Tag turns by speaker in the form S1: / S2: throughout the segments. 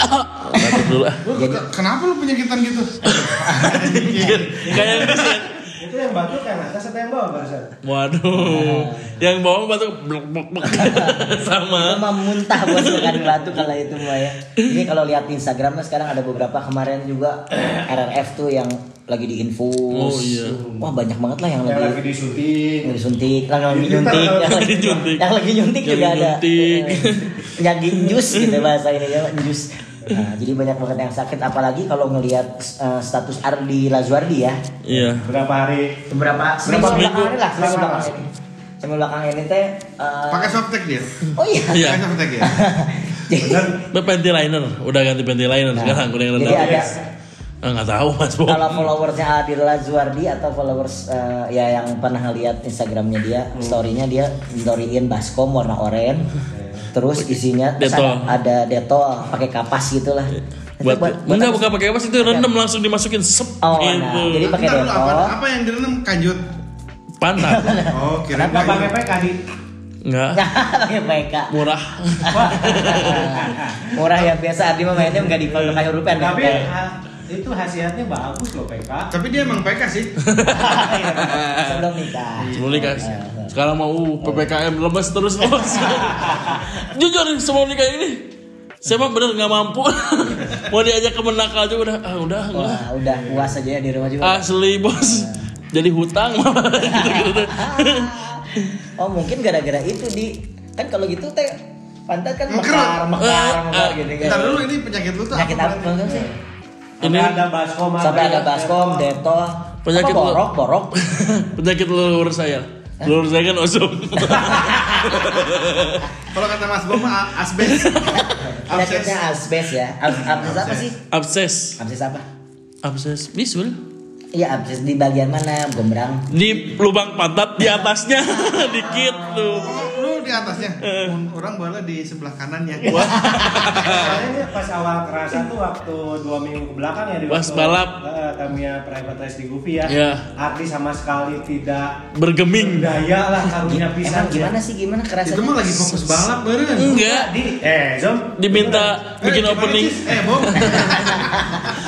S1: Batuk dulu ah.
S2: Lu ke- kenapa lu penyakitan gitu?
S1: Kayak kesian.
S3: Itu yang batuk yang atas atau yang bawah barusan?
S1: Waduh,
S4: Iya.
S1: yang bawang batuk blok blok blok
S4: Itu
S1: sama.
S4: mah muntah bos bukan batuk kalau itu mah ya. Ini kalau lihat Instagramnya sekarang ada beberapa kemarin juga RRF tuh yang lagi diinfus.
S1: Oh, iya.
S4: Wah banyak banget lah yang,
S3: Yang
S4: lagi
S3: lagi disuntik.
S4: yang disuntik, yang lagi
S3: Yang lagi
S4: nyuntik, yang lagi
S1: nyuntik.
S4: nyuntik, yang lagi nyuntik
S1: Yang
S4: juga ada.
S1: nyuntik.
S4: Nyagi jus gitu bahasa ini ya, jus. Nah, jadi banyak banget yang sakit apalagi kalau ngelihat eh, status Ardi Lazuardi ya.
S1: Iya.
S3: Berapa hari?
S4: Beberapa seminggu
S1: minggu?
S4: belakangan ini lah, seminggu
S3: Berapa
S4: belakangan ini. Seminggu belakangan ini teh eh,
S2: Pakai softtek dia.
S4: Oh iya.
S1: Iya.
S2: Pakai softtek ya.
S4: Jadi-
S1: Be panty liner, udah ganti panty liner
S4: Nah,
S1: sekarang udah yang rendah.
S4: jadi ada
S1: Ah, nggak tahu mas Bob.
S4: kalau followersnya Adil Lazuardi atau followers eh, ya yang pernah lihat Instagramnya dia,
S1: Hmm.
S4: storynya dia storyin baskom warna oranye, terus isinya terus
S1: Detol.
S4: ada, ada detol pakai kapas gitulah. Itu
S1: Iya. Buat, enggak
S4: apa?
S1: bukan pakai apa sih itu rendam langsung dimasukin sep
S4: Oh, nah,
S1: gitu.
S4: jadi pakai
S2: Bentar dulu, apa,
S4: detol.
S2: apa yang direnem kanjut?
S1: Pantat.
S2: Oh, kira
S3: Nggak pakai
S4: gitu?
S3: PK di.
S4: Nah.
S1: Enggak,
S4: pakai PK.
S1: murah.
S4: Murah ya biasa Adi mah mainnya enggak di kalau kayu Eh, rupiah.
S3: Tapi
S4: enggak.
S3: ah, itu khasiatnya bagus loh PK.
S2: Tapi dia emang PK sih.
S4: Iya. sebelum nikah.
S1: Sebelum nikah.
S4: Nah,
S1: Sekarang mau
S4: Oh.
S1: uh, PPKM lemes terus bos. Jujur sebelum nikah ini saya mah bener nggak mampu. Mau diajak ke Menaka aja udah ah, udah enggak.
S4: Wah, udah puas aja ya di rumah juga.
S1: Asli bos. Jadi hutang. Gitu-gitu.
S4: Oh mungkin gara-gara itu di kan kalau gitu teh pantat kan
S2: Mengkerut.
S4: mekar
S1: Eh,
S4: mekar mekar
S1: eh,
S4: gitu kan.
S2: Bentar dulu ini penyakit lu tuh
S4: Penyakit apa
S2: berarti?
S4: maksudnya sih?
S3: Ini
S1: Ini-
S3: ada baskom
S4: Sampai ada baskom, detol,
S1: Penyakit
S4: apa
S1: lu-
S4: borok, borok.
S1: Penyakit leluhur saya.
S2: Eh?
S1: Leluhur saya kan ozon.
S2: Kalau kata Mas Bom mah a- asbes. Abses.
S4: Penyakitnya asbes ya. Ab- Abses apa sih?
S1: Abses.
S4: Abses apa?
S1: Abses bisul.
S4: Iya abses di bagian mana? Gombrang.
S1: Di lubang pantat di atasnya dikit tuh.
S2: Oh, Lu di atasnya.
S1: Eh.
S2: Orang bola di sebelah ya. kanannya.
S3: Soalnya ini pas awal kerasa tuh waktu dua minggu ke belakang ya di
S1: Pas
S3: waktu,
S1: balap.
S3: eh, Tamiya private race di Gufi ya.
S1: Iya.
S3: Ardi sama sekali tidak
S1: Bergeming.
S3: daya lah karunia
S4: Emang
S3: pisan.
S4: gimana sih gimana kerasa?
S2: Itu mah lagi fokus balap bareng.
S1: Enggak.
S3: Di eh Zom
S1: Diminta
S2: Eh,
S1: bikin
S2: gimana,
S1: opening.
S2: Cis? Eh, Bom.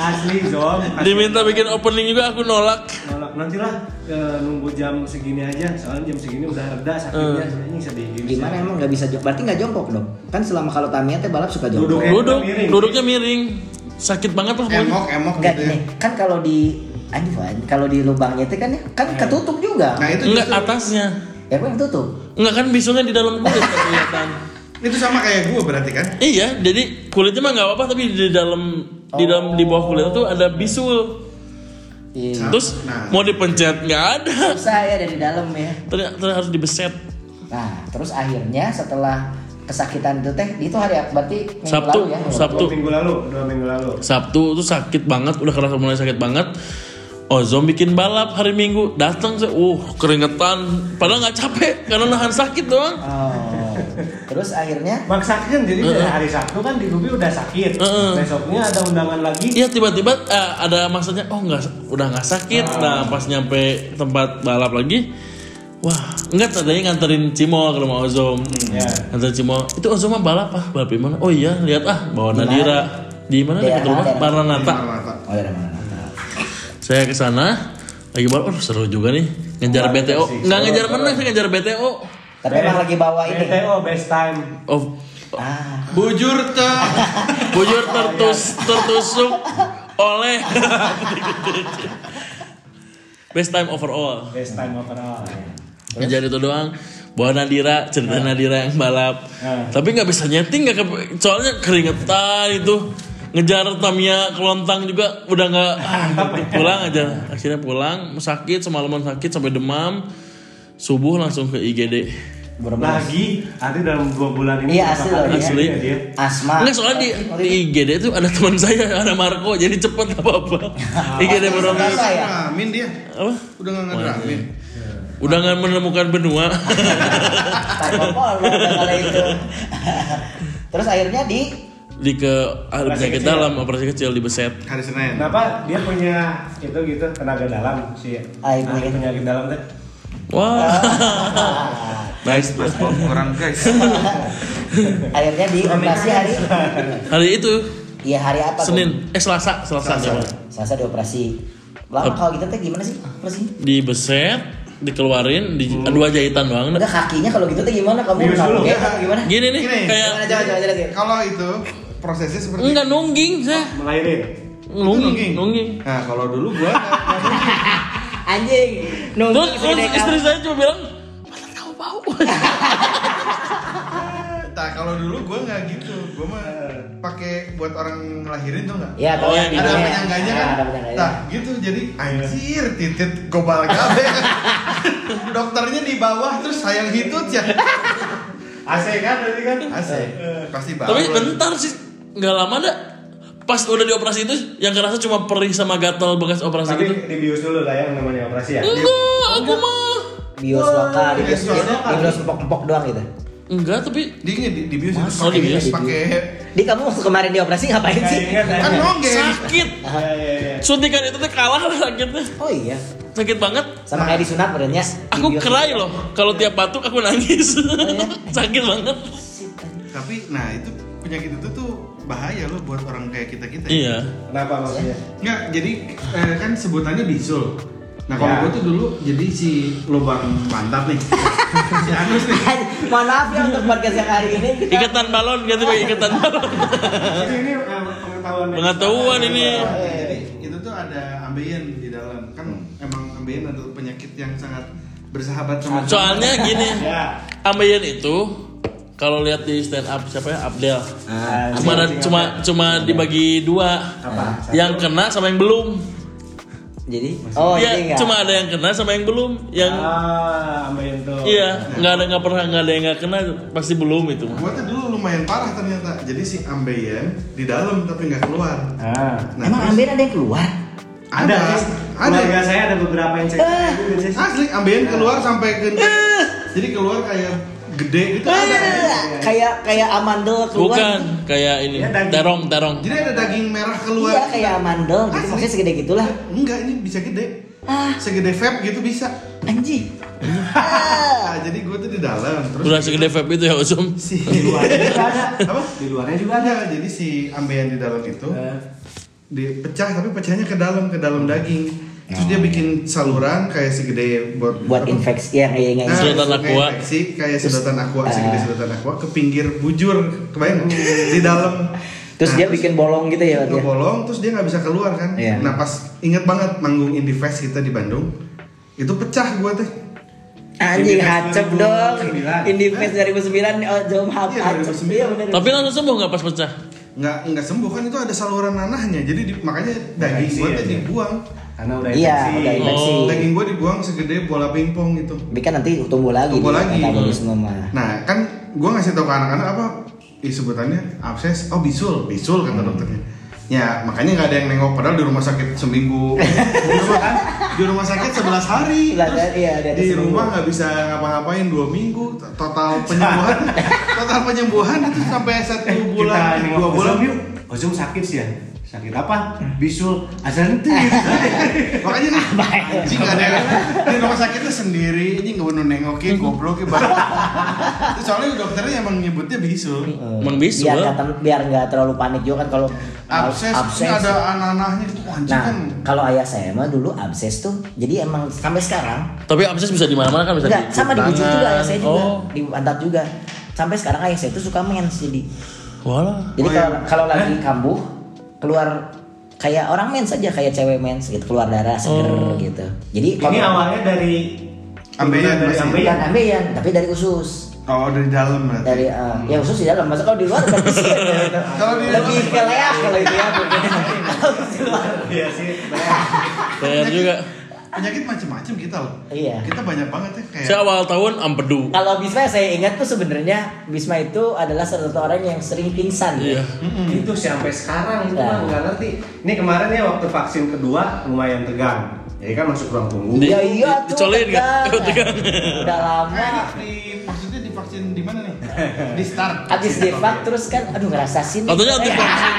S3: asli Zom. asli.
S1: Diminta bikin opening juga aku nolak.
S3: Nolak. Nanti lah eh, nunggu jam segini aja. Soalnya jam segini udah reda
S1: Eh.
S3: sakitnya. Ini sedih gini.
S4: Gimana emang nggak bisa jongkok? Berarti nggak jongkok dong? Kan selama kalau Tamiya teh balap suka jongkok.
S3: Duduk.
S1: Duduk,
S3: Miring.
S1: duduknya miring. Sakit banget lah pokoknya.
S2: Eh, Emok, emok
S4: Enggak
S2: gitu ya.
S4: nih, kan kalau di Anjir, Wan, kalau di lubangnya itu kan ya, kan ketutup juga.
S2: Nah, itu
S1: Enggak
S2: justru-
S1: atasnya.
S4: Ya kan ketutup.
S1: Enggak kan bisulnya di dalam kulit kelihatan.
S2: itu sama kayak gua berarti kan?
S1: Iya, jadi kulitnya mah nggak apa-apa tapi di dalam di dalam di bawah kulit tuh ada bisul.
S4: Iya.
S1: Terus
S2: Nah.
S1: mau dipencet nggak ada.
S4: Susah ya dari dalam ya.
S1: Ternyata ternyata harus dibeset.
S4: Nah, terus akhirnya setelah kesakitan itu teh itu hari apa? Berarti minggu
S1: Sabtu,
S4: lalu ya.
S1: Sabtu.
S3: Dua minggu lalu, dua minggu lalu.
S1: Sabtu tuh sakit banget, udah kerasa mulai sakit banget. Ozon bikin balap hari Minggu, datang saya, uh keringetan, padahal nggak capek karena nahan sakit doang.
S4: Oh. Terus akhirnya
S3: Maksakan jadi
S1: Eh.
S3: dari hari Sabtu kan di Gubi udah sakit.
S1: Heeh.
S3: Besoknya ada undangan lagi.
S1: Eh, Iya tiba-tiba eh, ada masanya, oh nggak udah nggak sakit. Nah pas nyampe tempat balap lagi, wah nggak tadinya nganterin Cimo ke rumah Ozom.
S3: Ya.
S1: Nganterin Cimo, itu Ozom mah balap ah, balap di mana? Oh iya lihat ah bawa
S4: Di mana?
S1: Nadira. Di mana dekat
S4: Daerah-
S1: rumah?
S4: daerah.
S1: Maranatha.
S4: Oh, dari mana?
S1: Saya ke sana lagi baru oh, seru juga nih ngejar
S3: Wah,
S1: BTO.
S3: sih,
S1: Nggak
S3: seru,
S1: ngejar
S3: seru.
S1: menang, saya ngejar BTO.
S4: Tapi emang lagi bawa ini.
S3: BTO best time.
S1: Of
S4: Ah,
S2: Bujur teh.
S1: bujur tertus tertusuk oleh best time overall.
S3: Best time overall.
S1: Ngejar itu doang. Bawa Nadira, cerita Nadira yang balap.
S3: Nah.
S1: Tapi nggak bisa nyeting, nggak ke- soalnya keringetan itu. Ngejar Tamiya kelontang juga udah nggak ah, pulang aja. Akhirnya pulang sakit semalaman sakit sampai demam. Subuh langsung ke IGD.
S4: berempat.
S3: Lagi, nanti dalam dua bulan ini.
S4: Iya, asli loh,
S3: berapa kali
S4: iya.
S1: Asli.
S3: ya dia?
S4: Asma.
S1: Enggak soalnya di, di IGD itu ada teman saya ada Marco jadi cepet apa apa. IGD
S4: Nggak
S1: berangkat
S4: usah ya?
S2: Amin Nah, dia.
S1: apa?
S2: Udah nggak ngederamin.
S1: Udah nggak menemukan benua.
S4: Tanpa polo kalau itu. Terus akhirnya di
S1: di ke ah,
S3: Operasi
S1: penyakit
S3: kecil.
S1: dalam operasi kecil di beset.
S2: Hari Senin.
S3: Kenapa dia punya itu gitu tenaga dalam sih?
S4: Ah, iya.
S3: Ahli penyakit dalam teh. Ah.
S1: Wah. nice.
S2: Mas Bom kurang guys.
S4: akhirnya di operasi hari
S1: Hari itu
S4: Iya hari apa? tuh?
S1: Senin, eh Selasa, Selasa, Selasa.
S4: Selasa dioperasi. Lama kalau gitu teh gimana sih operasinya?
S1: Dibeset, dikeluarin, di, dua jahitan doang.
S4: Enggak kakinya kalau gitu teh gimana? Kamu
S3: Bius dulu,
S4: kaget
S3: ya.
S4: apa gimana?
S1: Gini nih,
S2: Gini.
S1: kayak
S4: Gimana coba coba jelasin.
S2: Kalau itu prosesnya seperti
S1: enggak nungging saya.
S3: Melahirin.
S1: Nungging, nungging.
S2: Nah, kalau dulu gua gitu.
S4: Anjing. Nunggu
S1: Terus, terus
S4: segede
S1: istri
S4: kamu.
S1: saya cuma bilang, "Pantat kamu bau."
S2: nah, kalau dulu gua nggak gitu. Gua mah pakai buat orang ngelahirin tuh nggak?
S4: Ya, tahu
S1: Oh,
S4: yang
S1: yang
S2: ada
S4: gini ya.
S2: penyangganya kan?
S4: Ah, Ada penyangganya.
S2: Nah, gitu. Jadi anjir titit gobal kabeh. Dokternya di bawah terus sayang hitut ya.
S3: AC kan berarti kan?
S2: Asik. Pasti bau.
S1: Tapi bentar sih, nggak lama dah. Pas udah dioperasi itu, yang kerasa cuma perih sama gatal bekas operasi
S3: Tapi
S1: gitu.
S3: dibius dulu lah yang namanya operasi ya.
S1: Enggak, aku mah.
S4: Bios lokal, di bios
S2: bios
S4: gitu.
S3: lokal.
S4: Di bios empok-empok doang gitu.
S1: Enggak, tapi
S2: Dia nggak di, di bius itu
S1: Masa oh, di bius?
S2: pakai pakai
S4: Di kamu waktu kemarin dioperasi ngapain
S3: Kayak
S4: sih?
S3: ingat
S2: kan
S3: aja.
S2: nonggeng.
S1: sakit.
S3: Iya iya iya.
S1: Suntikan itu tuh kalah lah sakitnya.
S4: Oh iya.
S1: Sakit banget.
S4: Sama kayak disunat badannya. Di
S1: Aku
S4: bios.
S1: kerai loh. Kalau tiap batuk aku nangis. sakit banget.
S2: Tapi nah itu penyakit itu tuh bahaya loh buat orang kayak kita-kita. ya.
S1: Iya.
S3: Kenapa maksudnya?
S2: Nggak, jadi eh, kan sebutannya bisul. Nah kalau
S3: Ya.
S2: gua tuh dulu jadi si lubang pantat nih, si anus nih.
S4: Mohon maaf ya untuk podcast yang hari ini. Kita
S1: Ikatan balon ganti pakai ikatan balon.
S3: Ini ini eh, pengetahuan.
S1: Pengetahuan ini.
S3: Iya.
S2: Jadi itu tuh ada ambeien di dalam. Kan
S1: Hmm.
S2: emang ambeien adalah penyakit yang sangat bersahabat sama
S1: Soalnya gini,
S3: Ya.
S1: ambeien itu kalau lihat di stand up siapa ya Abdel.
S3: Ah,
S1: Cuma ada-
S3: sing-
S1: cuma
S3: sing-
S1: cuma dibagi dua.
S3: Apa? Satu.
S1: Yang kena sama yang belum.
S4: jadi oh
S1: Iya,
S4: jadi enggak.
S1: cuma ada yang kena sama yang belum. Yang
S3: Ah, ambil itu.
S4: Oh.
S1: iya, nggak ada nggak pernah nggak ada yang nggak kena pasti belum itu.
S2: Gua tuh dulu lumayan parah ternyata. Jadi si ambeien di dalam tapi nggak keluar.
S3: Ah.
S2: Nah,
S4: Emang
S2: terus
S4: ambil ada yang keluar?
S2: ada,
S3: Cis.
S2: ada.
S3: Keluarga saya ada beberapa yang cerita
S4: Ah.
S3: gitu, Cis.
S2: Asli
S4: Nah.
S2: ambeien keluar sampai ke Jadi keluar kayak gede gitu
S4: Nah.
S2: ada.
S4: Kayak kayak amandel keluar. Iya,
S1: Bukan kayak ini
S3: Ya, daging.
S1: terong terong.
S2: Jadi ada daging merah
S4: gitu.
S2: keluar.
S4: Iya kayak amandel gitu
S2: Asli.
S4: maksudnya segede gitulah.
S2: Enggak, ini bisa gede.
S4: Ah.
S2: Segede vape gitu bisa.
S4: Anjing. Ah.
S2: Nah, jadi gue tuh di dalam terus
S1: Udah segede vape itu ya Usum.
S2: si
S3: Di luarnya juga ada.
S2: Apa?
S3: Di luarnya juga ada.
S2: Enggak, jadi si ambeien di dalam itu
S3: Eh,
S2: dipecah tapi pecahnya ke dalam ke dalam daging. Terus dia bikin saluran kayak segede buat
S4: Ah. Buat
S2: apa?
S4: infeksi ya kayak
S2: Nah,
S4: enggak.
S1: Sedotan
S2: kayak
S1: aqua.
S2: infeksi, kayak sedotan aqua,
S4: eh.
S2: segede sedotan aqua ke pinggir bujur, kebayang di dalam.
S4: Terus
S2: Nah,
S4: dia bikin bolong gitu ya dia.
S2: ngebolong terus dia nggak bisa keluar kan
S4: Iya.
S2: nah pas inget banget manggung in the fest kita di Bandung itu pecah gua teh
S4: Anjing
S3: Indifest
S4: hacep
S3: 2009.
S4: dong.
S3: Eh?
S4: Indifest 2009 oh jom hap
S2: Iya,
S4: hacep.
S2: 2009.
S4: Iya benar.
S1: Tapi langsung sembuh nggak pas pecah?
S2: nggak nggak sembuh kan itu ada saluran nanahnya jadi di- makanya daging
S3: Infeksi
S2: gua
S3: ya,
S2: teh
S3: iya.
S2: dibuang
S3: Karena udah
S4: Iya,
S3: infeksi.
S4: udah infeksi.
S1: Oh.
S2: daging gua dibuang segede bola pingpong gitu
S4: Tapi kan nanti tumbuh lagi.
S2: Tumbuh
S4: dia,
S2: lagi.
S4: Metabolisme mah.
S2: nah kan gua ngasih tahu ke anak-anak apa ih, sebutannya abses oh bisul bisul kata dokternya ya makanya nggak ada yang nengok padahal di rumah sakit seminggu di rumah kan di rumah sakit 11 hari
S4: Sebelas
S2: Terus
S4: hari, iya, ada
S2: di
S4: seminggu.
S2: rumah nggak bisa ngapa-ngapain dua minggu total penyembuhan total penyembuhan itu sampai satu
S3: Eh,
S2: bulan
S3: kita
S2: eh,
S3: nengok
S2: dua bulan
S3: Ozum yuk. Ozum sakit sih ya. Sakit apa? Bisul. Azan itu.
S2: makanya kan anjing nggak ada yang- di rumah sakitnya sendiri ini nggak mau nengokin gobloknya banget Terus soalnya dokternya emang nyebutnya bisul
S1: Emang bisul.
S4: Eh, Biar nggak tem- biar nggak terlalu panik juga kan kalau
S2: abses, ini ada anak-anaknya itu anjing
S4: Nah,
S2: kan
S4: kalau ayah saya mah dulu abses tuh, jadi emang sampai sekarang
S1: Tapi abses bisa di mana-mana kan bisa
S4: enggak
S1: di
S4: sama di
S1: tangan.
S4: wujud juga ayah saya juga,
S1: Oh,
S4: di pantat juga. Sampai sekarang ayah saya tuh suka mens jadi.
S1: walah.
S4: Jadi
S2: Oh,
S4: kalau
S2: iya.
S4: kalau lagi kambuh keluar kayak orang mens aja kayak cewek mens gitu keluar darah seger
S1: Oh.
S4: gitu. Jadi
S3: Ini awalnya dari
S2: Ambeien,
S3: dari
S2: masih.
S3: ambeien.
S4: bukan ambeien tapi dari usus.
S2: oh dari dalam berarti
S4: Dari eh, ya usus di dalam. Masa kalau di luar kan usus.
S2: Kalau di
S4: lebih
S2: Hmm. luar-
S4: ke leak kalau itu ya. mungkin. Kalau di luar.
S3: Iya sih.
S1: Saya juga.
S2: penyakit macam-macam kita loh
S4: Iya.
S2: kita banyak banget ya kayak
S1: Saya awal tahun ampedu.
S4: Kalau Bisma yang saya ingat tuh sebenarnya Bisma itu adalah salah satu orang yang sering pingsan.
S1: Iya.
S3: Itu gitu sampai sekarang itu mah
S4: Nah.
S3: nggak ngerti. Ini kemarin ya waktu vaksin kedua lumayan tegang. Jadi kan masuk ruang tunggu.
S1: Di-
S4: Ya iya tuh.
S1: dicolin kan? Iya. nggak?
S4: tegang.
S1: Tegang.
S4: Udah lama.
S2: Kayak di, di- maksudnya divaksin di mana nih di start
S4: Habis
S1: Iya.
S4: divak terus kan aduh ngerasa sini.
S1: Katanya anti vaksin.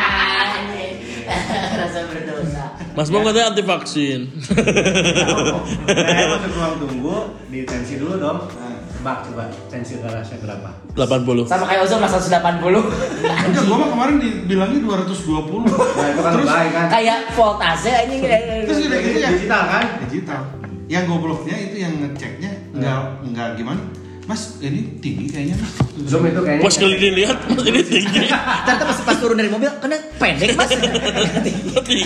S4: Rasa berdosa.
S1: Mas Bom katanya anti vaksin.
S3: Nah, ya, Saya masuk ruang tunggu, ditensi dulu dong. tebak coba tensi darahnya berapa?
S1: 80.
S4: Sama kayak Ozon masa 180.
S2: Enggak, gua mah kemarin dibilangnya 220
S3: Nah itu kan
S2: Terus,
S3: lebay kan?
S4: kayak voltase anjing.
S2: terus udah gitu ya
S3: Digital kan?
S2: digital yang gobloknya itu yang ngeceknya nggak nggak gimana mas ini tinggi kayaknya mas
S3: Zoom itu kayaknya. kan-
S1: Pas kali dilihat mas ini tinggi.
S4: Ternyata pas, pas turun dari mobil kena pendek mas.
S1: tinggi.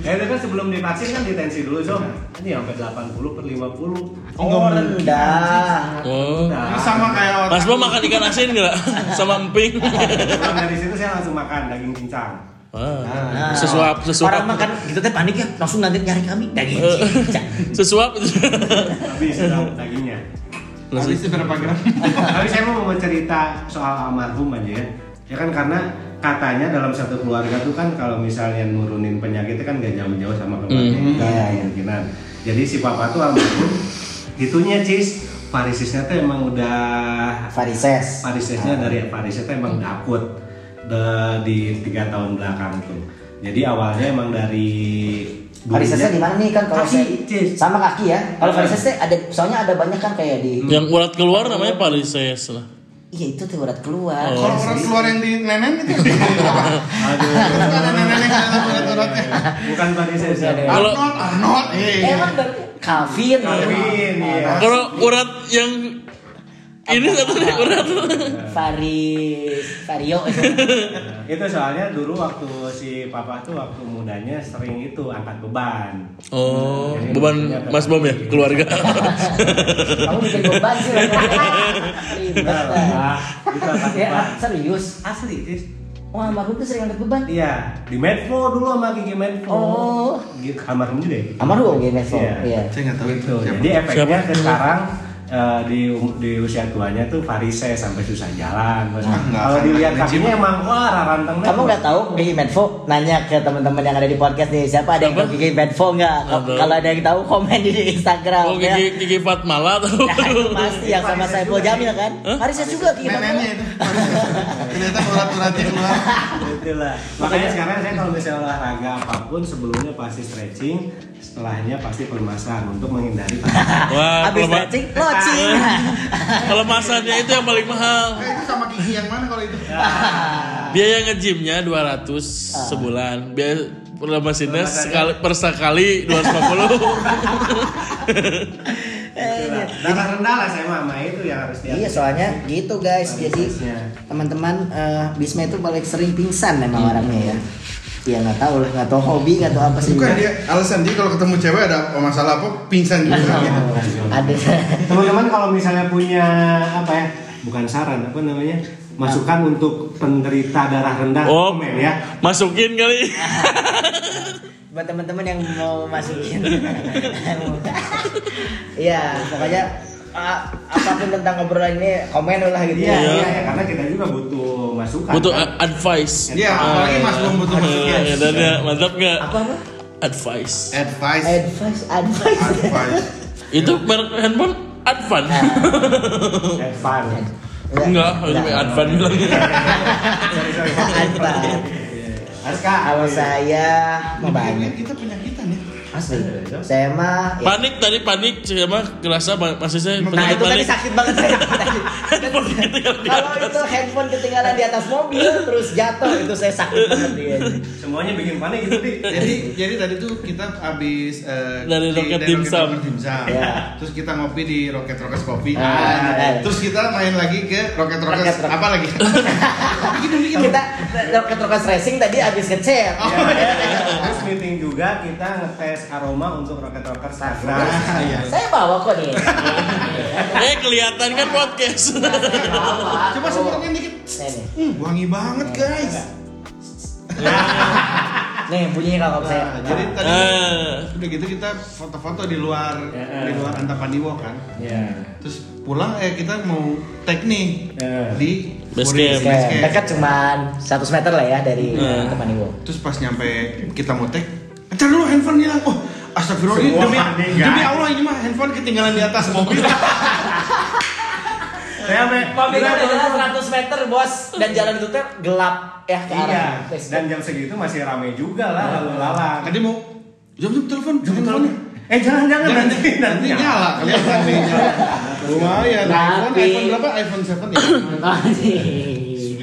S3: Eh itu kan sebelum divaksin kan ditensi dulu Zoom. Ini sampai 80 per 50.
S4: oh rendah.
S1: Oh.
S3: Nah,
S2: Ini sama kayak otak
S1: Mas Bro makan ikan asin nggak? Sama emping.
S3: pulang dari Nah, situ saya langsung makan daging cincang.
S1: Wah.
S4: Nah,
S1: Sesuap, sesuap.
S4: Orang makan gitu teh panik ya, langsung nanti nyari kami daging cincang.
S1: Sesuap.
S3: Habis sudah dagingnya.
S2: habis itu berapa gram
S3: Tapi saya mau cerita soal almarhum aja ya. Ya kan karena katanya dalam satu keluarga tuh kan kalau misalnya nurunin penyakitnya kan gak jauh-jauh sama keluarga
S1: Hmm.
S3: juga
S4: Iya,
S3: ya,
S4: iya.
S3: kemungkinan. Jadi si papa tuh almarhum itunya cis varisisnya tuh emang udah
S4: Varises.
S3: varisesnya dari varisnya tuh emang dapet de- di tiga tahun belakang tuh. Jadi awalnya emang dari ya.
S4: Varisesnya di mana nih kan kalau saya
S3: Kaki, Cis. Iya.
S4: sama kaki ya. Kalau varises teh ada soalnya ada banyak kan kayak di
S3: Hmm.
S1: Yang urat keluar namanya parises lah.
S4: Iya itu tuh urat
S1: Oh,
S4: keluar.
S3: Oh,
S2: kalau orang keluar yang di nenen itu
S3: Aduh.
S2: Terus ada nenek yang kelihatan urat-uratnya.
S3: Bukan varisesnya.
S4: Bukan, ya.
S1: Kalau-
S2: Arnold Arnold eh
S4: Emang ber Calvin.
S3: Calvin, iya.
S4: Nah,
S1: Kalau urat yang ini satu nih urat.
S4: Faris Vario. nah.
S3: itu soalnya dulu waktu si papa tuh waktu mudanya sering itu angkat beban
S1: Oh, beban Mas Bom ya keluarga.
S4: Kamu bikin beban sih. lo. Ribet,
S3: Enggak
S4: lah.
S3: lah, itu angkat
S4: Ya,
S3: beban
S4: serius.
S3: asli Cis.
S4: Wah, almarhum tuh sering angkat beban.
S3: iya di Medflow dulu sama Gigi Medflow
S4: Oh.
S3: Gigi kamar juga ya
S4: Almarhum gini Nevo.
S3: Iya.
S4: Iya.
S2: saya nggak tahu itu
S3: gitu
S2: siapa.
S3: jadi efeknya
S1: Siapa?
S3: ke sekarang eh, di um- di usia tuanya tuh varises sampai susah jalan Terus
S2: Ah, enggak
S3: kalau
S2: akan
S3: dilihat
S2: kena
S3: kakinya emang wah rarantengnya
S4: Kamu nggak tahu Gigi Medfo? Nanya ke teman-teman yang ada di podcast nih, siapa ada yang tahu Gigi Medfo nggak?
S1: Nggak tahu.
S4: Kalau ada yang tahu komen di Instagram
S1: Oh
S4: ya.
S1: gigi gigi Fatmala tuh.
S4: Nah, itu pasti yang sama
S3: Varisnya
S4: Saiful
S3: juga.
S4: Jamil kan? Varisnya juga Gigi
S2: neneknya
S4: Medfo.
S2: itu kelihatan urat-uratnya keluar
S3: Betul lah. Makanya sekarang saya kalau misalnya olahraga apapun sebelumnya pasti stretching, setelahnya pasti pelemasan untuk menghindari panas.
S1: Wah,
S4: Habis
S1: kelema-
S4: matching, locing.
S1: kelemasannya itu yang paling mahal.
S2: Eh, itu sama gigi yang mana kalau itu
S3: Ya.
S1: Biaya ngejimnya 200 sebulan. Biaya pelemasinnya
S3: Pelemasannya?
S1: sekali per sekali 250.
S3: Betul lah. Darah rendah lah saya mah sama itu yang harus dia.
S4: Eh, Iya soalnya gitu guys jadi
S3: Varisesnya.
S4: teman-teman eh, Bisma itu balik sering pingsan memang orangnya ya. Ya nggak tahu lah nggak tahu hobi nggak tahu apa sih.
S2: bukan dia alasan dia kalau ketemu cewek ada masalah apa pingsan juga
S1: Iya.
S2: gitu
S4: Ada
S3: Teman-teman kalau misalnya punya apa ya? Bukan saran, apa namanya? Masukan untuk penderita darah rendah
S1: Oh.
S3: komen ya.
S1: Masukin kali.
S4: buat teman-teman yang mau masukin. Iya pokoknya eh, apapun tentang obrolan ini komen dulu lah gitu.
S3: Iya,
S1: Iya.
S3: iya, karena kita juga butuh masukan.
S1: Butuh eh,
S3: kan?
S1: a- advice.
S2: Iya, apalagi Mas Bom butuh masukan.
S1: Iya, dan ya, mantap nggak?
S4: Apa apa?
S1: Advice.
S2: advice
S4: Advice advice.
S2: advice
S1: Itu merek handphone Advan.
S4: Iya.
S1: eh.
S3: Have fun.
S1: Enggak, itu
S4: Iya.
S1: Advan bilang.
S3: Sorry, sorry. Iya.
S4: Advice.
S3: Aska,
S4: Kalau saya
S2: Kayaknya
S4: mau banyak
S2: kita penyakitan ya
S4: asli. Saya mah ya,
S1: Panik tadi panik, saya mah kerasa ba- masih saya Gitu
S4: Nah
S1: penyakit
S4: itu tadi
S1: panik.
S4: sakit banget saya sakit tadi.
S1: Handphone ketinggalan di
S4: Kalau itu handphone ketinggalan di atas mobil terus jatuh itu saya sakit banget iya. dia.
S3: semuanya bikin panik gitu Di.
S2: jadi jadi tadi tuh kita abis eh,
S1: Dari
S2: di-
S1: Rocket
S2: dari
S1: Dimsum.
S2: Rocket Dimsum.
S4: Iya.
S2: terus kita ngopi di Rocket Rocket Coffee
S4: Ah,
S2: Ah,
S4: iya.
S2: terus kita main lagi ke Rocket Rocket,
S4: Rocket Rocket.
S2: apa lagi
S4: Kita roket roket racing tadi habis ngecek. Oh,
S3: Ya, Terus meeting juga kita ngetes aroma untuk rocket rocker Sagra.
S2: Ah, iya.
S4: Saya bawa kok nih.
S1: Eh kelihatan kan podcast.
S2: Iya. coba semprotin dikit
S4: Nih, nih.
S2: hmm, wangi banget guys
S4: Nih bunyinya kalau saya.
S2: Nah, jadi tadi
S1: Eh.
S2: udah gitu kita foto-foto di luar
S3: Iya.
S4: Ah.
S2: di luar Antapaniwo kan
S3: Iya.
S2: terus pulang eh kita mau take nih
S3: Iya.
S2: di
S1: Base
S2: Furious
S1: camp.
S2: Base camp.
S4: dekat cuman 100 meter lah ya dari
S1: Hmm.
S4: teman ibu.
S2: Terus pas nyampe kita mau take, ntar dulu handphone hilang. Oh, astagfirullah ini
S3: Semua
S2: demi,
S3: aneh,
S2: demi
S3: guys.
S2: Allah ini mah handphone ketinggalan di atas mobil.
S3: Saya sampai
S4: Mobilnya udah
S3: Iya.
S4: jalan 100 meter bos dan jalan itu teh gelap ya ke
S3: Iya.
S4: arah Facebook.
S3: Dan jam segitu masih ramai juga lah lalu lalang.
S2: Tadi mau Iya. Kan jam jam telepon, jam teleponnya.
S3: Eh jangan jangan nanti nanti
S2: Nanti nyala kali ya, nanti nyala. Lumayan. iPhone
S4: Tapi-
S2: iPhone berapa? iPhone 7 ya.
S4: Anjing.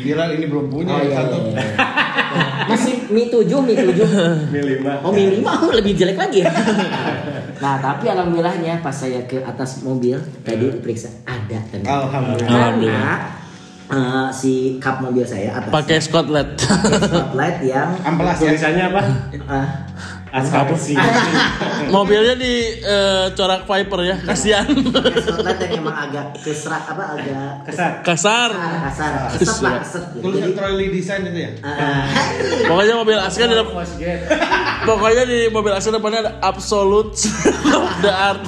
S2: Bilang ini belum punya
S4: Oh iya,
S2: satu.
S4: iya, iya. Masih Mi 7, Mi 7.
S3: Mi lima.
S4: Oh Mi 5 oh, lebih jelek lagi. nah, tapi alhamdulillahnya pas saya ke atas mobil tadi diperiksa ada ternyata.
S2: Alhamdulillah.
S4: Karena eh, si kap mobil saya atas
S1: Pakai skotlet.
S4: spotlight yang
S2: Amplas ya.
S3: Tulisannya apa?
S4: eh,
S3: Asuransi.
S1: Mobilnya di eh, corak Viper ya, kasihan.
S4: spotlight yang emang agak keserak apa agak
S3: Kesat.
S1: Kasar.
S4: kasar keset lah keset gitu.
S2: Tulisan
S4: jadi
S2: Trolley Design itu ya.
S4: eh,
S1: Pokoknya mobil Aska di dep- Pokoknya di mobil Aska depannya ada absolute of the art.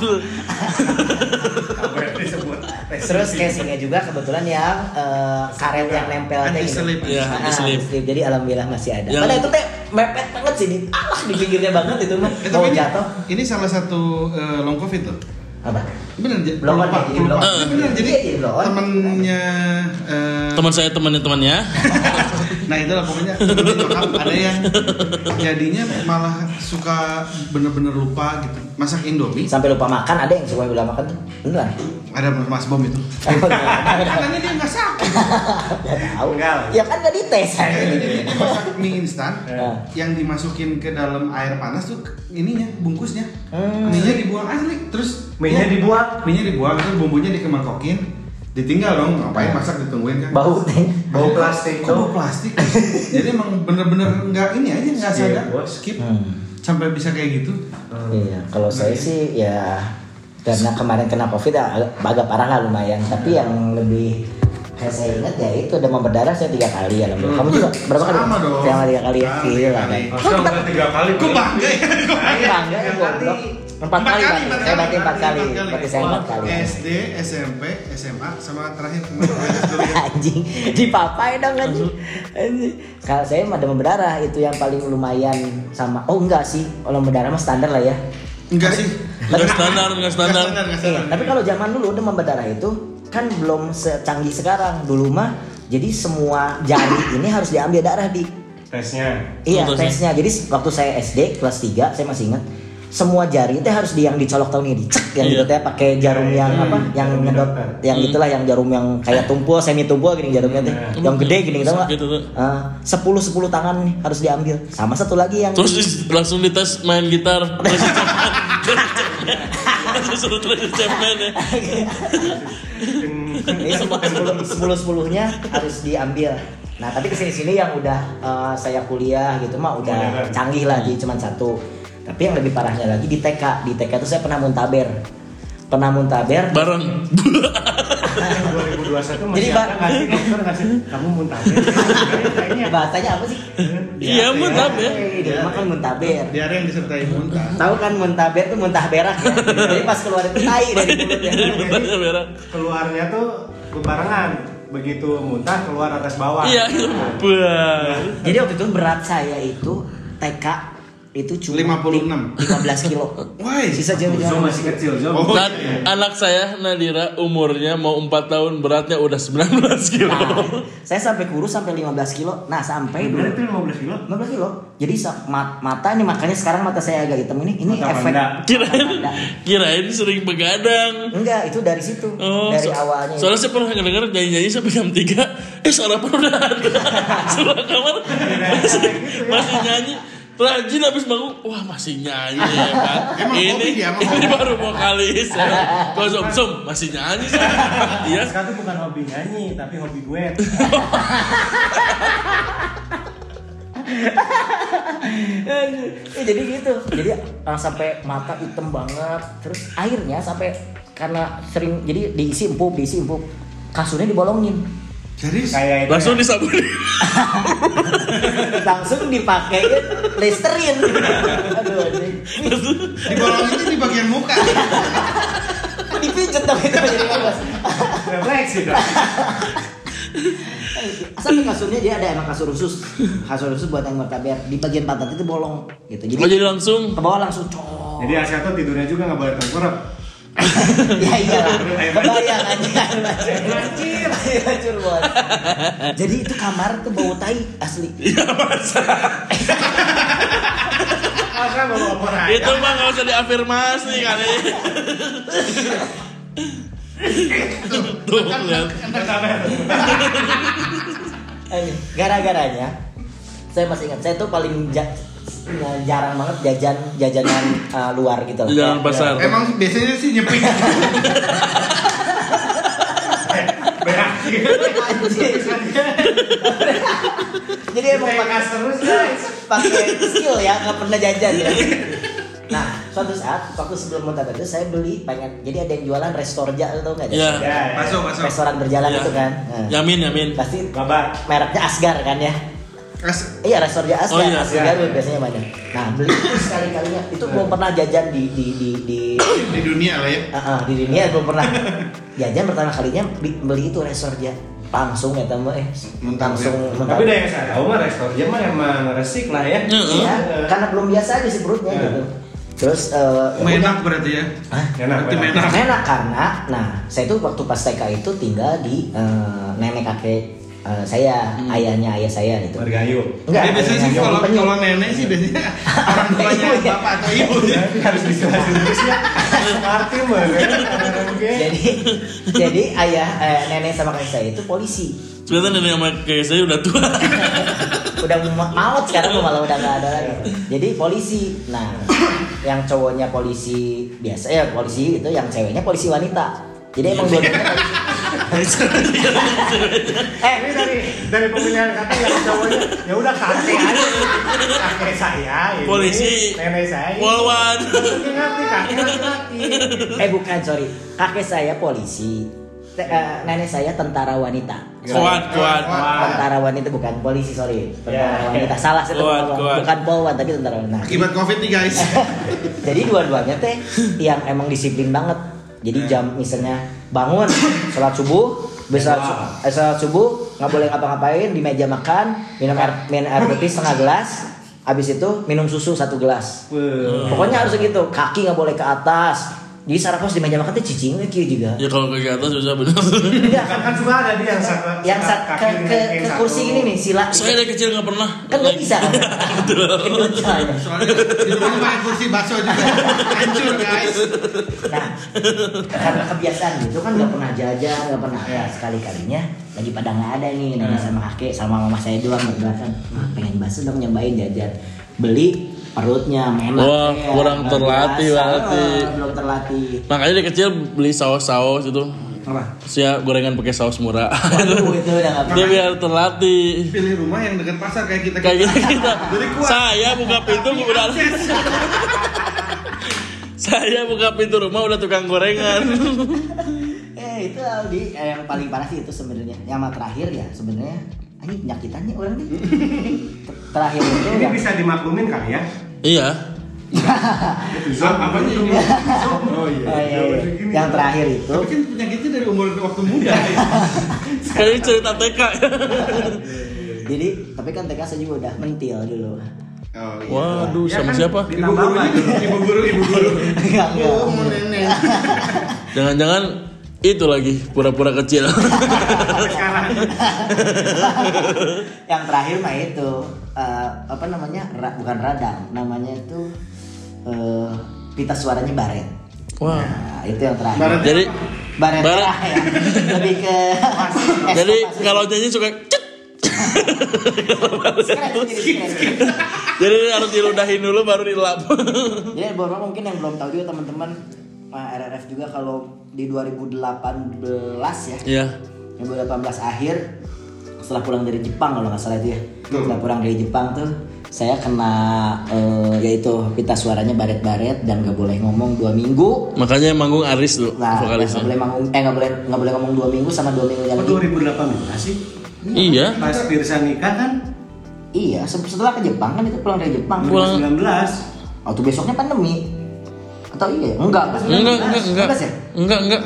S3: Apa yang disebut?
S4: terus casingnya juga kebetulan yang eh, karet yang nempel kayak gitu.
S2: Anti-slip.
S1: Iya,
S4: Ah,
S1: anti-slip.
S4: anti-slip. jadi alhamdulillah masih ada
S1: Yang-
S4: padahal itu teh mepet banget sih di alah di pinggirnya banget itu mah
S2: Eh,
S4: mau
S2: tapi ini,
S4: jatuh
S2: ini salah satu eh, long covid loh.
S4: apa
S2: Bener, ja- lupa,
S4: Belum on, jadi
S2: lupa.
S4: belum on.
S2: Ini bener, jadi
S4: Iya, jadi belum on.
S2: temennya eh,
S1: Teman saya temannya temannya.
S2: nah itulah pokoknya temennya nyokap ada yang jadinya malah suka bener-bener lupa gitu masak indomie
S4: sampai lupa makan ada yang suka lupa makan tuh beneran
S2: ada mas bom itu
S4: Iya.
S2: katanya dia nggak sakit
S4: Gak tahu
S3: Enggak.
S4: ya kan gak dites
S2: Jadi
S4: iya.
S2: dia dia masak mie instan
S4: Nah.
S2: yang dimasukin ke dalam air panas tuh ininya bungkusnya
S4: Hmm.
S2: mie nya dibuang asli terus
S3: Mie-nya dibuang?
S2: mie nya dibuang terus bumbunya dikemangkokin ditinggal dong
S4: Iya.
S2: ngapain masak ditungguin kan
S4: bau teh
S3: Bau plastik Iya.
S2: Kok bau
S3: tuh.
S2: plastik jadi emang bener-bener nggak ini aja nggak
S3: Skip, Hmm.
S2: sadar
S3: bos.
S2: skip
S4: Hmm.
S2: sampai bisa kayak gitu
S4: Iya, kalau saya sih ya karena kemarin kena covid ya agak- agak parah lah lumayan. Tapi yang lebih yang saya ingat ya itu demam berdarah saya tiga kali ya. Alhamdulillah. Kamu juga berapa kali?
S2: Sama dong.
S4: Sama tiga kali ya.
S2: Sama tiga
S4: Gila
S2: kali.
S4: kan.
S3: Harusnya udah tiga kali. Nah, iya,
S2: Kok bangga ya
S4: Saya bangga ya
S3: Tiga kali.
S4: goblok. Empat kali, berarti. saya berarti empat kali.
S2: empat
S4: Berarti saya empat kali.
S2: SD SMP SMA sama terakhir kemarin Terus dulu ya.
S4: anjing dipapai dong anjing anjing kalau saya mah demam berdarah itu yang paling lumayan sama oh enggak sih kalau berdarah mah standar lah ya
S2: enggak sih
S1: Enggak standar, enggak standar.
S2: nggak
S4: Iya, tapi kalau zaman dulu demam berdarah itu kan belum secanggih sekarang. Dulu mah jadi semua jari ini harus diambil darah di
S3: Tesnya.
S4: iya
S1: Betul sih.
S4: tesnya. Jadi waktu saya SD kelas 3 saya masih ingat semua jari itu harus di yang dicolok tahun ini dicek yang
S1: Iya. Hmm.
S4: gitu teh pakai jarum yang
S3: Hmm.
S4: apa yang
S3: Jarum
S4: ngedot
S3: dokter.
S4: yang itulah yang jarum yang kayak tumpul semi tumpul gini jarumnya teh
S3: Iya.
S4: yang gede gini tau nggak
S1: Sakit itu.
S4: sepuluh sepuluh tangan nih harus diambil sama satu lagi yang
S1: Terus di- langsung dites main gitar. Tracy Chapman. Terus suruh Tracy Chapman ya.
S4: Ini semua sepuluh sepuluhnya harus diambil. Nah tapi kesini sini yang udah eh, saya kuliah gitu mah udah
S3: Modern.
S4: canggih lagi cuman satu. Tapi yang lebih parahnya lagi di TK. Di TK tuh saya pernah muntaber. Pernah muntaber.
S1: Bareng.
S3: 2021 masih
S4: Jadi,
S3: Jadi,
S4: Pak.
S3: ada nggak sih dokter ngasih kamu muntaber? Kayaknya.
S4: Bahasanya apa sih?
S1: Iya, mantap ya.
S4: Hei, Di rumah kan muntaber.
S2: diare yang disertai muntah
S4: Tahu kan muntaber tuh muntah berak. Ya? Jadi pas keluar itu tai dari ya. mulutnya.
S1: Bener, bener.
S3: ya. Keluarnya tuh barengan. Begitu muntah keluar atas bawah.
S1: Iya, itu bener.
S4: Jadi waktu itu berat saya itu TK itu cuma
S2: 56.
S4: 15 kilo.
S2: Why?
S4: Sisa jauh
S3: Zo masih kecil, Zo.
S2: Oh,
S1: Dan anak saya Nadira umurnya mau 4 tahun beratnya udah 19 kilo.
S4: Nah, saya sampai kurus sampai 15 kilo. Nah, sampai
S3: Bener
S4: dulu
S3: itu 15 kilo.
S4: 15 kilo. Jadi sa- ma- mata ini makanya sekarang mata saya agak hitam ini ini
S3: Mata
S4: efek
S3: panda.
S1: Kirain
S4: Mata panda.
S1: kirain sering begadang.
S4: Enggak, itu dari situ.
S1: Oh,
S4: dari
S1: so-
S4: awalnya.
S1: Soalnya saya pernah dengar nyanyi-nyanyi sampai jam 3 Eh sarapan udah ada Suruh ke kamar masih,
S4: gitu ya.
S1: masih nyanyi Rajin habis bangun Wah masih nyanyi ya kan
S2: Emang
S1: Ini,
S2: hobi dia, emang
S1: ini
S2: hobi.
S1: baru vokalis ya. Kalau som som masih nyanyi saya. Iya
S3: Sekarang tuh bukan hobi nyanyi, tapi hobi duet.
S4: Eh, jadi gitu. Jadi ah, sampai mata hitam banget. Terus airnya sampai karena sering jadi diisi empuk, diisi empuk. Kasurnya dibolongin.
S2: serius
S3: Kayak itu.
S1: Langsung disabuni
S4: Langsung dipakai listerin. Aduh, anjing.
S2: di bolong itu di bagian muka
S4: Kok dipijet dong itu jadi
S3: ya,
S4: ngeles.
S3: refleksi dong.
S4: Sampai kasurnya dia ada emang kasur khusus, kasur khusus buat yang bertaber. Di bagian pantat itu bolong gitu.
S1: Oh
S4: Jadi
S1: jadi langsung
S4: ke bawah langsung cong.
S3: Jadi Aska tuh tidurnya juga nggak boleh tengkurap.
S4: ya iya.
S3: Air
S4: Kebayang aja.
S3: mancir.
S4: Air mancur, bos. Jadi itu kamar tuh bau tai asli.
S1: Iya masa
S3: Masa mau opor aja?
S1: Itu mah nggak usah diafirmasi kali. Tuh
S2: kan-
S1: lihat.
S4: Eh, gara-garanya saya masih ingat saya tuh paling ja- jarang banget jajan jajanan eh, luar gitu loh.
S1: Jajanan
S4: Kayak-
S1: pasar.
S2: Emang biasanya sih nyepik.
S3: Berak.
S4: Jadi emang pakai
S3: Pekas terus guys.
S4: pakai skill ya nggak pernah jajan ya. Nah, suatu saat waktu sebelum Montabel itu saya beli pengen jadi ada yang jualan restorja lo tau nggak?
S1: Iya.
S4: Jack?
S2: Masuk, masuk.
S4: Restoran berjalan
S1: Iya.
S4: itu kan. Nah,
S1: Yamin, yamin.
S4: Pasti
S3: Kabar.
S4: mereknya Asgar kan ya?
S2: Kas-
S4: Iya, restorja Asgar.
S1: Oh, iya.
S4: Asgar
S3: Iya.
S4: biasanya banyak. Nah, beli itu sekali-kalinya itu belum pernah jajan di di di, di
S2: di dunia lah ya.
S4: Ah, ah, di dunia belum pernah jajan pertama kalinya beli, beli itu resortnya langsung ya temen eh
S2: Mentah,
S4: langsung mentah.
S3: ya. Tapi udah yang saya tahu mah restorannya mah emang resik lah ya.
S1: Iya.
S4: Iya, karena belum biasa aja sih perutnya
S3: Iya.
S4: gitu terus eh, ya udah.
S2: Menak berarti ya.
S4: Hah?
S3: Enak,
S2: Berarti
S3: enak.
S2: menak.
S4: enak karena nah saya tuh waktu pas TK itu tinggal di eh, nenek kakek eh, saya ayahnya ayah saya gitu
S3: Bergayu.
S4: enggak
S2: Ya, Hmm. biasanya sih
S4: ayahnya
S2: kalau
S4: Penyu.
S2: kalau nenek sih biasanya orang tuanya
S4: Iya.
S2: bapak atau ibu. ya.
S3: Tapi harus dijelasin terus ya. Arti mah. ya. Oke.
S4: jadi jadi ayah eh, nenek sama kakek saya itu polisi
S1: Sebenarnya nenek sama kayak saya udah tua.
S4: udah ma- maut sekarang tuh malah udah nggak ada lagi. Jadi polisi. Nah, yang cowoknya polisi biasa ya polisi itu, yang ceweknya polisi wanita. Jadi emang
S2: Iya.
S4: dua-duanya polisi. eh,
S3: Ini dari dari pemilihan kata yang cowoknya ya udah kakek aja. Kakek saya ini.
S1: Polisi.
S3: Nenek saya. ini.
S1: Polwan.
S3: Mungkin ngerti kakek laki-laki.
S4: eh bukan sorry, kakek saya polisi, Te- eh, nenek saya tentara wanita.
S1: Kuat, kuat.
S4: Tentara wanita bukan polisi sorry,
S3: Ya.
S4: tentara wanita salah satu
S1: Kuat,
S4: tentara-
S1: kuat.
S4: bukan polwan tapi tentara wanita. Nah,
S2: Akibat covid nih guys.
S4: jadi dua-duanya teh yang emang disiplin banget
S3: Ya.
S4: jadi jam misalnya bangun sholat subuh bisa
S3: Wah.
S4: eh, sholat subuh nggak boleh ngapa-ngapain di meja makan minum air minum air putih setengah gelas habis itu minum susu satu gelas
S3: Wah.
S4: pokoknya harus gitu kaki nggak boleh ke atas jadi sarapos di meja makan teh cicing kieu gitu juga
S1: Ya kalau ke atas susah bener.
S4: Iya,
S3: Kan kan juga ada dia yang satu.
S4: yang sat-
S3: kaki
S4: ke,
S3: dengan
S4: ke,
S3: kaki yang
S4: ke
S3: satu.
S4: kursi ini nih sila
S1: Saya dari kecil nggak pernah.
S4: kan nggak bisa kan Kebetulan.
S2: Soalnya di rumahnya pakai kursi bakso juga. Hancur guys.
S4: Nah, karena kebiasaan gitu kan nggak pernah jajan, nggak pernah ada sekali kalinya. Lagi pada nggak ada nih, nenek sama kakek sama mama saya doang berdua kan. "Ah, pengen baso dong nyobain jajan. Beli perutnya memang.
S1: Wah, kurang terlatih berarti.
S4: eh, Belum terlatih.
S1: Makanya dari kecil beli saus-saus itu.
S3: Apa?
S1: Siap gorengan pakai saus murah.
S4: Waduh, itu udah nggak
S1: Dia
S4: pernah.
S1: biar terlatih.
S2: Pilih rumah yang dekat pasar kayak kita.
S1: Kayak gitu kita.
S2: Jadi kuat.
S1: Saya buka pintu udah Saya buka pintu rumah udah tukang gorengan.
S4: Eh, itu Aldi eh, yang paling parah sih itu sebenarnya. Yang sama terakhir ya sebenarnya. Anjing penyakitannya orang nih. Ter- Terakhir itu
S3: Ini
S4: yang-
S3: bisa dimaklumin kali ya?
S1: iya.
S3: Zon apa itu? Oh iya.
S4: eh, iya, iya.
S3: Begini.
S4: yang terakhir itu
S2: Tapi kan penyakitnya dari umur ke waktu muda. ya.
S1: Kayaknya cerita TK.
S4: jadi tapi kan TK saya juga udah mentil dulu
S2: Oh, iya.
S1: Waduh,
S3: Ya
S1: sama
S3: kan,
S1: siapa?
S2: Ibu
S3: ditambah
S2: gurunya,
S3: lagi.
S2: ibu guru, ibu guru.
S4: Enggak, enggak.
S2: Oh, mau nenek.
S1: Jangan-jangan itu lagi pura-pura kecil.
S3: Sampai sekarang.
S4: yang terakhir mah itu eh, apa namanya Ra- bukan radang namanya itu eh, pita suaranya baret
S1: Wah.
S4: nah, itu yang terakhir
S2: Baret.
S1: Jadi
S4: baret,
S1: Baret.
S4: merah ya lebih ke
S1: jadi kalau nyanyi suka cet.
S4: jadi
S1: Jadi harus diludahin dulu baru dilap.
S4: beberapa mungkin yang belum tahu juga teman-teman eh, RRF juga kalau di 2018 ya
S1: Iya.
S4: 2018 akhir setelah pulang dari Jepang kalau nggak salah itu ya setelah pulang dari Jepang tuh saya kena eh, yaitu pita suaranya baret-baret dan nggak boleh ngomong dua minggu
S1: Makanya manggung Aris dulu
S4: nah nggak
S1: vokalisnya.
S4: boleh ngomong eh nggak boleh nggak boleh ngomong dua minggu sama dua minggu yang
S3: Kok 2018 sih?
S1: Iya.
S3: Pas Tirsa nikah kan?
S4: iya se- setelah ke Jepang kan itu pulang dari Jepang
S1: Pulang.
S3: 2019.
S4: waktu besoknya pandemi atau iya enggak
S1: Enggak, enggak, enggak.
S4: 19 ya?
S1: Enggak, enggak.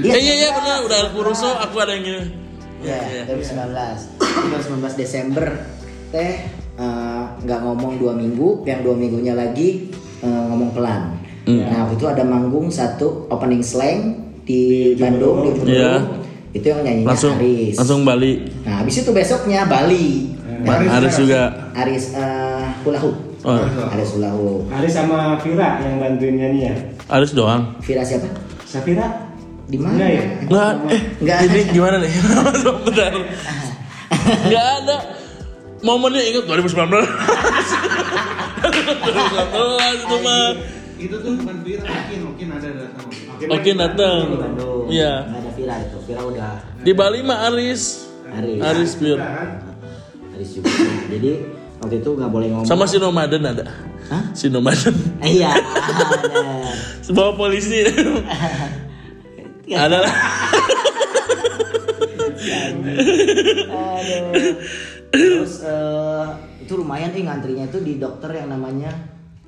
S4: Iya,
S1: Eh, iya, iya,
S4: 19.
S1: benar. Udah aku rusuh, aku ada yang gini. Iya, iya.
S4: Ya, 2019. 2019 Desember teh eh, nggak ngomong dua minggu, yang dua minggunya lagi eh, ngomong pelan.
S1: Hmm.
S4: Nah waktu itu ada manggung satu opening slang di, Bandung di Bandung.
S1: Iya.
S4: Itu yang nyanyinya
S1: Langsung
S4: Aris.
S1: langsung Bali.
S4: Nah habis itu besoknya Bali.
S1: Aris juga.
S4: Aris eh, Hula Hoop.
S1: Oh,
S4: Ada Sulahu.
S3: Ada sama Vira yang bantuin nyanyi ya.
S1: Aris doang.
S4: Vira siapa?
S3: Safira
S4: Di mana?
S3: Enggak ya?
S1: Nggak, eh,
S4: Nggak.
S1: ini gimana nih? Bentar. Nggak ada. Momennya ingat 2019. 2019 itu mah.
S2: Itu tuh bukan Vira, mungkin mungkin ada ada sama.
S1: Oke datang.
S4: Di Bandung.
S1: Iya.
S4: Nggak ada Vira itu. Vira udah
S1: Di Bali mah Aris.
S4: Aris.
S1: Aris Pure.
S4: Aris juga. Jadi waktu itu nggak boleh ngomong.
S1: Sama si Nomaden ada.
S4: Hah?
S1: Si Nomaden.
S4: Iya. bener.
S1: Bawa polisi. ada lah.
S4: Aduh. Terus eh, itu lumayan eh ngantrinya itu di dokter yang namanya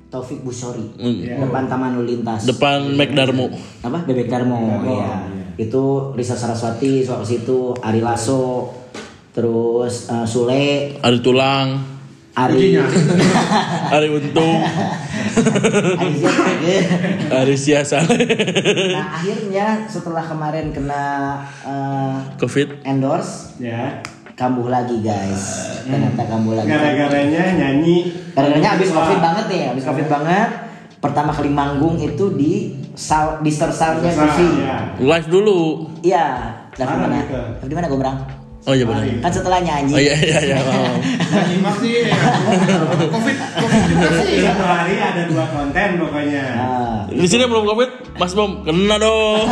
S4: Taufik Busori. Depan Taman Lalu Lintas.
S1: Hmm. Depan McDarmo.
S4: apa? Bebek Darmo. Iya. Itu Risa Saraswati suka ke situ, Ari Lasso, terus eh, Sule,
S1: Ada tulang.
S4: Ari.
S1: Ari Untung.
S4: Ari Zed.
S1: Ari Siasan.
S4: Nah, akhirnya setelah kemarin kena eh,
S1: Covid.
S4: endorse
S3: Ya.
S4: kambuh lagi guys ternyata kambuh lagi
S3: Gara-garanya nyanyi.
S4: Karena abis
S3: Iya.
S4: covid banget nih, abis covid banget. Pertama kali manggung itu di sal di sersalnya
S3: Besar,
S4: Susi.
S3: ya.
S1: Live dulu.
S4: Iya. Dari
S3: Mana
S4: mana?
S3: gitu?
S4: Dari mana Gombrang?
S1: Oh iya benar.
S4: Kan setelah nyanyi.
S1: Oh iya iya iya. Oh.
S2: Lagi masih ya. Covid, Covid juga sih.
S3: Satu hari ada dua konten pokoknya.
S4: Nah,
S1: Di sini belum covid, Mas Bom kena dong.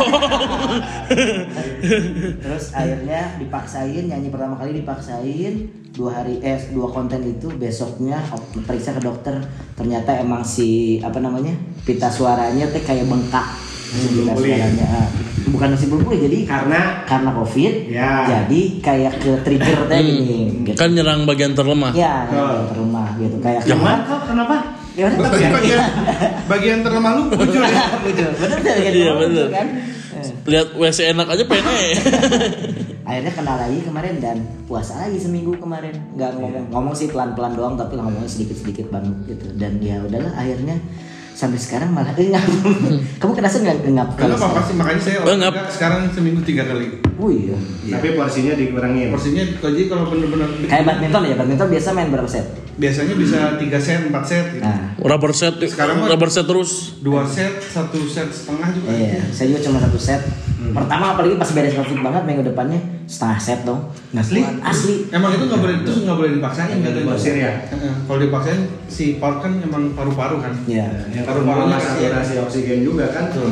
S4: terus akhirnya dipaksain nyanyi pertama kali dipaksain dua hari eh dua konten itu besoknya op- periksa ke dokter ternyata emang si apa namanya pita suaranya teh kayak bengkak Si
S3: Belum
S4: pita
S3: pulih.
S4: suaranya ah. bukan masih belum pulih jadi
S3: Karena
S4: karena covid
S3: Ya.
S4: jadi kayak ke trigger teh gini gitu.
S1: kan nyerang bagian terlemah.
S4: ya
S3: Betul.
S4: ke rumah ya gitu kayak
S3: Cuman kok kenapa?
S4: gimana
S2: Tapi bagian bagian terlemah lu muncul ya.
S4: bener bener bener, kayak
S1: Iya,
S4: gitu,
S1: bener.
S4: kan Eh.
S1: Lihat WC enak aja pengen.
S4: akhirnya kenal lagi kemarin dan puasa lagi seminggu kemarin nggak
S1: Iya.
S4: ngomong ngomong sih pelan pelan doang tapi ngomongnya sedikit sedikit banget gitu dan ya udahlah akhirnya sampai sekarang malah engap kamu kerasa nggak engap
S2: Karena
S4: kalau
S2: apa sih makanya saya
S1: Bengap.
S2: olahraga sekarang seminggu tiga kali.
S4: wih ya.
S3: Tapi porsinya dikurangin.
S2: Porsinya jadi kalau bener-bener
S4: kayak badminton ya badminton biasa main berapa set
S2: biasanya bisa tiga set, empat set gitu.
S4: nah
S1: Rubber set, yuk.
S2: Sekarang mah-
S1: rubber set terus.
S2: Dua set, satu set setengah juga.
S4: iya saya juga cuma satu set
S1: Hmm.
S4: pertama apalagi pas beres covid banget minggu depannya setengah set dong
S2: Asli?
S4: asli
S2: Emang itu nggak boleh terus nggak boleh dipaksain katanya.
S3: Dipaksain ya?
S2: Heeh. Kalau dipaksain si Paul kan emang paru-paru kan.
S4: ya
S1: Iya,
S3: Yang karena saturasi oksigen juga kan tuh.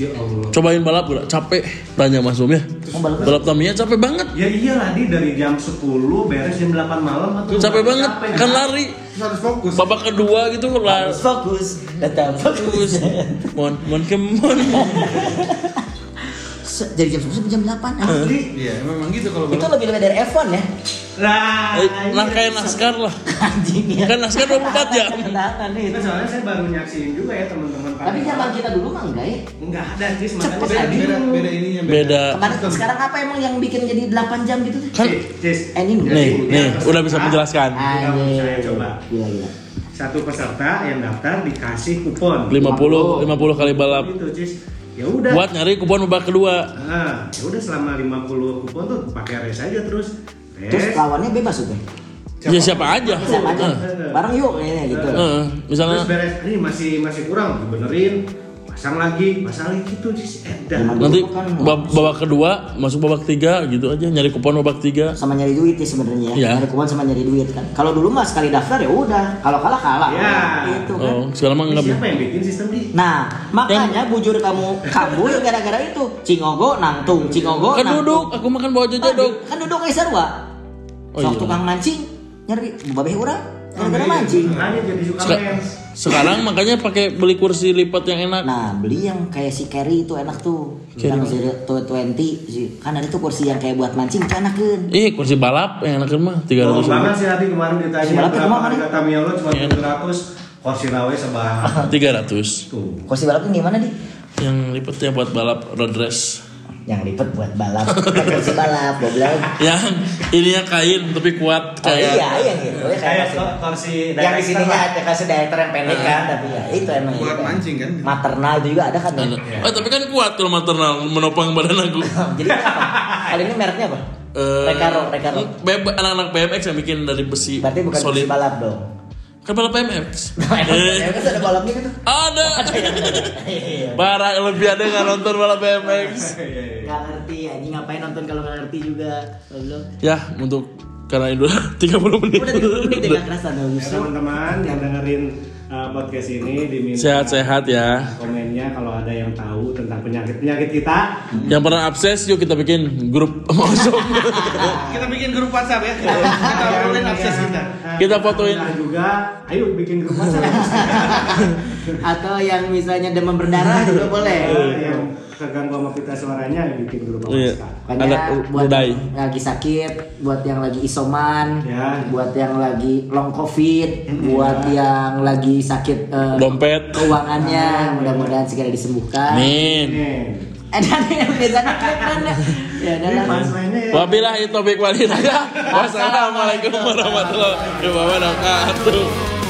S3: Ya Allah.
S1: Cobain balap gak? Capek. Tanya Mas Bom ya.
S4: balap-
S1: Balap Tamiya capek banget.
S3: Ya iyalah di dari jam 10 beres jam 8 malam atau ya?
S1: Capek banget. Kan lari.
S2: Terus harus fokus.
S1: Babak kedua gitu lari.
S4: harus fokus datang fokus
S1: Terus. Mon, mon, ke mon.
S4: Se- dari jam 10 sampai jam ah. 8 asli
S2: Iya, memang gitu kalau
S4: Hmm. itu
S2: balap.
S4: lebih lebih dari F1 ya
S3: Nah,
S1: Eh,
S3: iya.
S1: Nah kayak naskar lah.
S4: anjing ya
S1: Kan naskar 24 jam.
S4: Tantangan nih
S3: Nah,
S4: itu.
S3: soalnya saya baru nyaksiin juga ya teman-teman.
S4: Tapi zaman kita dulu mah enggak ya.
S3: enggak ada Cis
S4: Cepet
S3: makanya
S2: Beda,
S3: saya
S4: tadi.
S2: beda,
S3: bingung.
S2: beda ininya
S1: Beda.
S4: Kemarin sekarang apa emang yang bikin jadi 8 jam gitu tuh?
S1: Kan
S3: Cis, Cis.
S4: Eh, ini
S1: nih,
S4: enggak.
S1: nih, udah bisa menjelaskan.
S4: Anjing.
S3: Saya coba.
S4: Gila gila.
S3: Satu peserta yang daftar dikasih kupon.
S1: 50 50 kali balap.
S3: Itu Cis. Ya udah.
S1: Buat nyari kupon babak kedua.
S3: Ah, ya udah selama 50 kupon tuh pakai res aja terus. Res.
S4: Terus lawannya bebas tuh.
S1: Ya siapa aja.
S4: Siapa aja?
S1: Heeh.
S4: Bareng yuk kayaknya gitu.
S1: Heeh.
S3: Terus
S1: misalnya
S3: beres, ini masih masih kurang, benerin, pasang lagi, pasang lagi gitu Cis. Eh, dah.
S4: Emang
S1: nanti
S4: dulu kan
S1: bab- babak kedua masuk babak tiga gitu aja nyari kupon babak tiga
S4: sama nyari duit ya sebenarnya
S1: Iya.
S4: ya. Nyari kupon sama nyari duit kan. Kalau dulu mah sekali daftar ya udah. Kalau kalah kalah.
S3: Iya.
S4: Gitu kan.
S1: oh segala
S3: Ini
S1: macam nggak
S3: Siapa yang bikin sistem di?
S4: Nah, makanya bujur kamu kambuh ya gara-gara itu. Cingogo nangtung, cingogo
S1: kan
S4: nangtung.
S1: duduk aku makan bawa
S4: Tadi,
S1: jejak dong
S4: kan duduk kayak sarua
S1: Oh,
S4: sok
S1: iya.
S4: tukang mancing nyari babeh urang gara-gara mancing
S3: Makanya jadi suka
S1: Suka-
S3: mens.
S1: sekarang makanya pakai beli kursi lipat yang enak
S4: nah beli yang kayak si Kerry itu enak tuh
S1: Carry.
S4: yang tuh twenty sih kan ada tuh kursi yang kayak buat mancing kan enak kan
S1: ih Iya, kursi balap yang enakan mah tiga
S3: Bohong
S1: ratus
S4: Oh,
S3: banget sih tadi kemarin
S4: Si
S3: ditanya
S4: balap
S3: berapa
S4: emang kan?
S3: harga Tamiya lo cuma
S1: Iya.
S3: 700 kursi rawe sebahak
S1: tiga ratus
S3: tuh.
S4: kursi balap tuh gimana di
S1: yang lipatnya buat balap road race
S4: yang lipet buat balap Bukan kursi balap goblok
S1: yang ininya kain tapi kuat
S4: oh iya
S1: kayak
S4: iya gitu ya, kayak
S3: Kayak
S4: kursi
S3: Eh, kursi
S4: yang
S3: director
S4: di sininya
S3: lah.
S4: ada kasih director yang pendek kan tapi ya itu emang
S2: Buat
S4: gitu.
S2: mancing kan?
S4: maternal itu juga ada kan ya?
S1: Eh, tapi kan kuat kalau maternal menopang badan aku
S4: jadi apa kali ini mereknya apa
S1: Eh,
S4: Recaro Recaro
S1: BM anak-anak BMX yang bikin dari besi
S4: berarti bukan kursi
S1: solid
S4: balap dong
S1: Kan balap MX.
S4: Emang
S1: Eh,
S4: kan ada balapnya kan tuh?
S1: ada. Parah lebih ada nggak nonton balap MX.
S3: Iya,
S4: Gak ngerti anjing ngapain nonton kalau gak ngerti juga belum.
S1: Ya, untuk karena itu 30 menit.
S4: Udah 30 menit ya gak kerasa dong
S3: Ya,
S4: justru.
S3: teman-teman yang dengerin uh, podcast ini diminta
S1: Sehat-sehat ya.
S3: komennya kalau ada yang tahu tentang penyakit penyakit kita
S1: Yang pernah abses yuk kita bikin grup Mosok.
S5: Kita bikin grup WhatsApp ya. Kita kita obrolin akses kita.
S1: Kita fotoin.
S3: Nah juga, ayo bikin grup WhatsApp.
S4: Atau yang misalnya demam berdarah juga boleh.
S3: Eh, yang terganggu sama kita suaranya bikin grup
S1: Iya.
S3: WhatsApp.
S1: Ada
S4: Pokoknya
S1: u-
S4: buat
S1: Uday.
S4: yang lagi sakit, buat yang lagi isoman,
S3: Ya.
S4: buat yang lagi long covid, buat yang lagi sakit eh,
S1: Dompet.
S4: keuangannya, mudah-mudahan segera disembuhkan.
S1: Amin.
S3: Nih.
S4: Eh, dan yang biasanya keren ya. Ya, dan
S3: Ini punchline-nya ya.
S1: Wabillahi taufiq walhidayah. Wassalamualaikum warahmatullahi wabarakatuh.